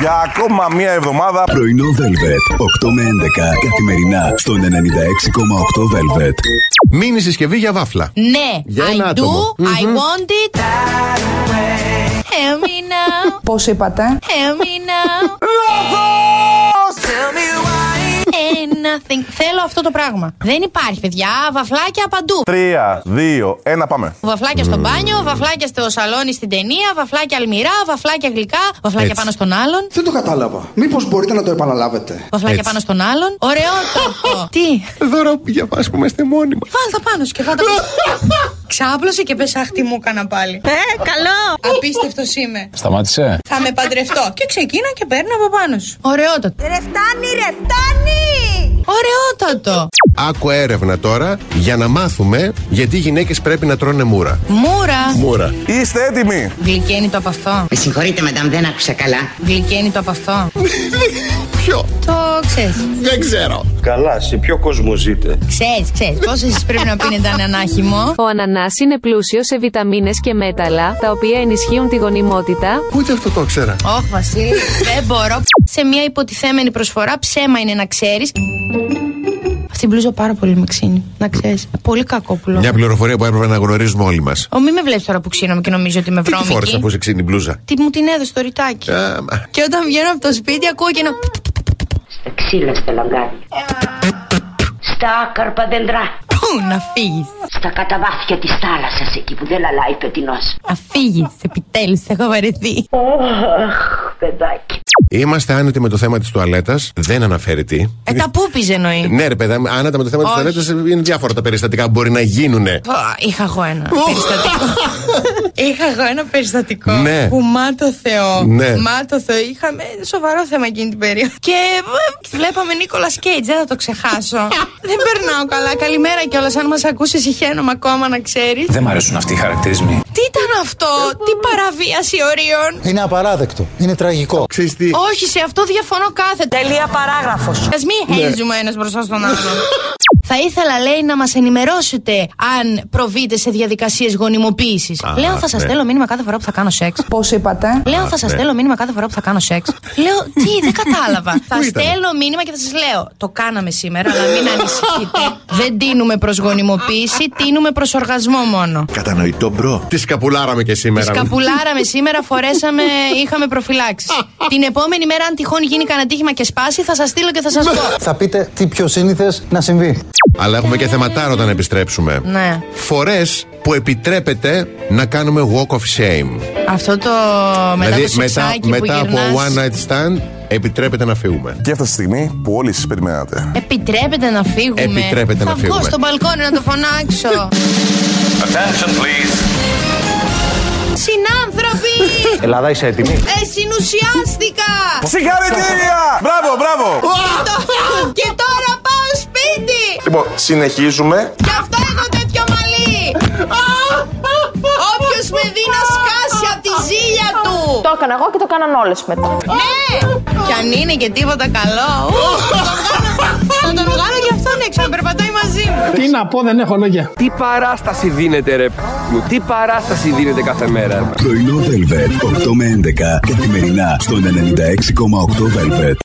για ακόμα μία εβδομάδα. Πρωινό Velvet. 8 με 11 καθημερινά στον 96,8 Velvet. Μήνυ συσκευή για βάφλα. Ναι, Για I ένα do, άτομο. I want it. Help me now, Πώς είπατε? help me now. And Ε, nothing. Θέλω αυτό το πράγμα. Δεν υπάρχει, παιδιά. Βαφλάκια παντού. Τρία, δύο, ένα, πάμε. Βαφλάκια στο μπάνιο, βαφλάκια στο σαλόνι στην ταινία, βαφλάκια αλμυρά, βαφλάκια γλυκά, βαφλάκια Έτσι. πάνω στον άλλον. Δεν το κατάλαβα. Μήπως μπορείτε να το επαναλάβετε. Βαφλάκια Έτσι. πάνω στον άλλον. Ωραίο το. Τι. Δώρο για πας που είμαστε μόνοι μας. Βάλ τα πάνω σου και φάτα. Ξάπλωσε και πες αχ τι μου έκανα πάλι. Ε, καλό. Απίστευτος είμαι. Σταμάτησε. Θα με παντρευτώ. Και ξεκίνα και παίρνω από πάνω σου. Ωραιότατο. Ρε φτάνει, ρε φτάνει! Ωραιότατο. Άκου έρευνα τώρα για να μάθουμε γιατί οι γυναίκες πρέπει να τρώνε μούρα. Μούρα. Μούρα. Είστε έτοιμοι. Γλυκένει το από αυτό. Με συγχωρείτε, μαντάμ, δεν άκουσα καλά. Γλυκένει το από αυτό. Ποιο? Το ξέρεις. Δεν ξέρω. Καλά, σε ποιο κόσμο ζείτε. Ξέρεις, ξέρεις. Πόσες εσείς πρέπει να πίνετε ανανάχημο. Ο ανανάς είναι πλούσιος σε βιταμίνες και μέταλλα, τα οποία ενισχύουν τη γονιμότητα. Ούτε αυτό το ξέρα. Ωχ, Βασίλη, δεν μπορώ. Σε μια υποτιθέμενη προσφορά, ψέμα είναι να ξέρεις. Αυτή η μπλούζα πάρα πολύ με ξύνει. Να ξέρεις. Πολύ κακόπουλο. Μια πληροφορία που έπρεπε να γνωρίζουμε όλοι μας. Ο μη με βλέπεις τώρα που ξύνομαι και νομίζω ότι με Τι τη φόρεσα βρώμικη. που σε ξύνει η μπλούζα. Τι μου την έδωσε το ρητάκι. Α, μα. Και όταν βγαίνω από το σπίτι ακούω και ένα Στα ξύλα στα λαγκάδια. Στα άκαρπα δέντρα. Πού να φύγεις. Στα καταβάθια της θάλασσας εκεί που δεν λαλάει πετεινός. Να φύγεις. Επιτέλους, έχω βαρεθεί. Αχ, παιδάκι. Είμαστε άνετοι με το θέμα της τουαλέτας. Δεν αναφέρει τι. Ε, τα πούπιζε εννοεί. Ναι, ρε παιδά, μου, άνετα με το θέμα της Όχι. τουαλέτας είναι διάφορα τα περιστατικά που μπορεί να γίνουν. Πω, Είχα εγώ ένα περιστατικό. Είχα εγώ ένα περιστατικό. Ναι. Που μα το Θεό. Ναι. Μα το Θεό. Είχαμε σοβαρό θέμα εκείνη την περίοδο. Και ε, βλέπαμε Νίκολα Κέιτ. Δεν θα το ξεχάσω. Δεν περνάω καλά. Καλημέρα κιόλας. Αν μας ακούσεις, χαίρομαι ακόμα να ξέρεις. Δεν μ' αρέσουν αυτοί οι χαρακτηρισμοί. Τι ήταν αυτό, τι παραβίαση ορίων. Είναι απαράδεκτο. Είναι τραγικό. Ξέρεις τι. Όχι, σε αυτό διαφωνώ κάθετα. Τελεία παράγραφος. Ας Ναι. μην χέζουμε ένας μπροστά στον άλλον. Θα ήθελα, λέει, να μας ενημερώσετε αν προβείτε σε διαδικασίες γονιμοποίησης. Α, Λέω, θα σας ναι. στέλνω μήνυμα κάθε φορά που θα κάνω σεξ. Πώς είπατε? Λέω, θα σας ναι. στέλνω μήνυμα κάθε φορά που θα κάνω σεξ. Λέω, τι, δεν κατάλαβα. θα Πού ήταν? στέλνω μήνυμα και θα σας λέω. Το κάναμε σήμερα, αλλά μην ανησυχείτε. δεν τίνουμε προς γονιμοποίηση, τίνουμε προς οργασμό μόνο. Κατανοητό μπρο. Τη σκαπουλάραμε και Τη σήμερα. σκαπουλάραμε σήμερα, φορέσαμε, είχαμε προφυλάξεις. Την επόμενη μέρα, αν τυχόν γίνει κανένα τύχημα και σπάσει, θα σας στείλω και θα σας πω. Θα πείτε τι πιο σύνηθες να συμβεί. Αλλά έχουμε και θεματάρα όταν επιστρέψουμε. Ναι. Φορές που επιτρέπεται να κάνουμε walk of shame. Αυτό το μετά το Δηλαδή, μετά, σεξάκι μετά που από γυρνάς, one night stand επιτρέπεται να φύγουμε. Και έφτασε η στιγμή που όλοι εσείς περιμένατε. Επιτρέπεται να φύγουμε. Επιτρέπεται θα να φύγουμε. βγω στο μπαλκόνι να το φωνάξω. Συνάνθρωποι! Ελλάδα, είσαι έτοιμη. ε, συνουσιάστηκα! Συγχαρητήρια! Μπράβο, μπράβο! Το- και τώρα πάω σπίτι! Λοιπόν, συνεχίζουμε. Γι' αυτό έχω τέτοιο μαλλί! Όποιος με δει να σκάσει από τη ζήλια του! Το έκανα εγώ και το κάναν όλες μετά. Ναι! Κι αν είναι και τίποτα καλό, ου, θα τον βγάλω- θα τον βγάλω γι' αυτόν έξω να περπατάει μαζί μου. Τι να πω, δεν έχω λόγια. Τι παράσταση δίνετε, ρε. μου. Τι παράσταση δίνετε κάθε μέρα. Πρωινό Velvet. 8 με 11 καθημερινά στον 96,8 Velvet.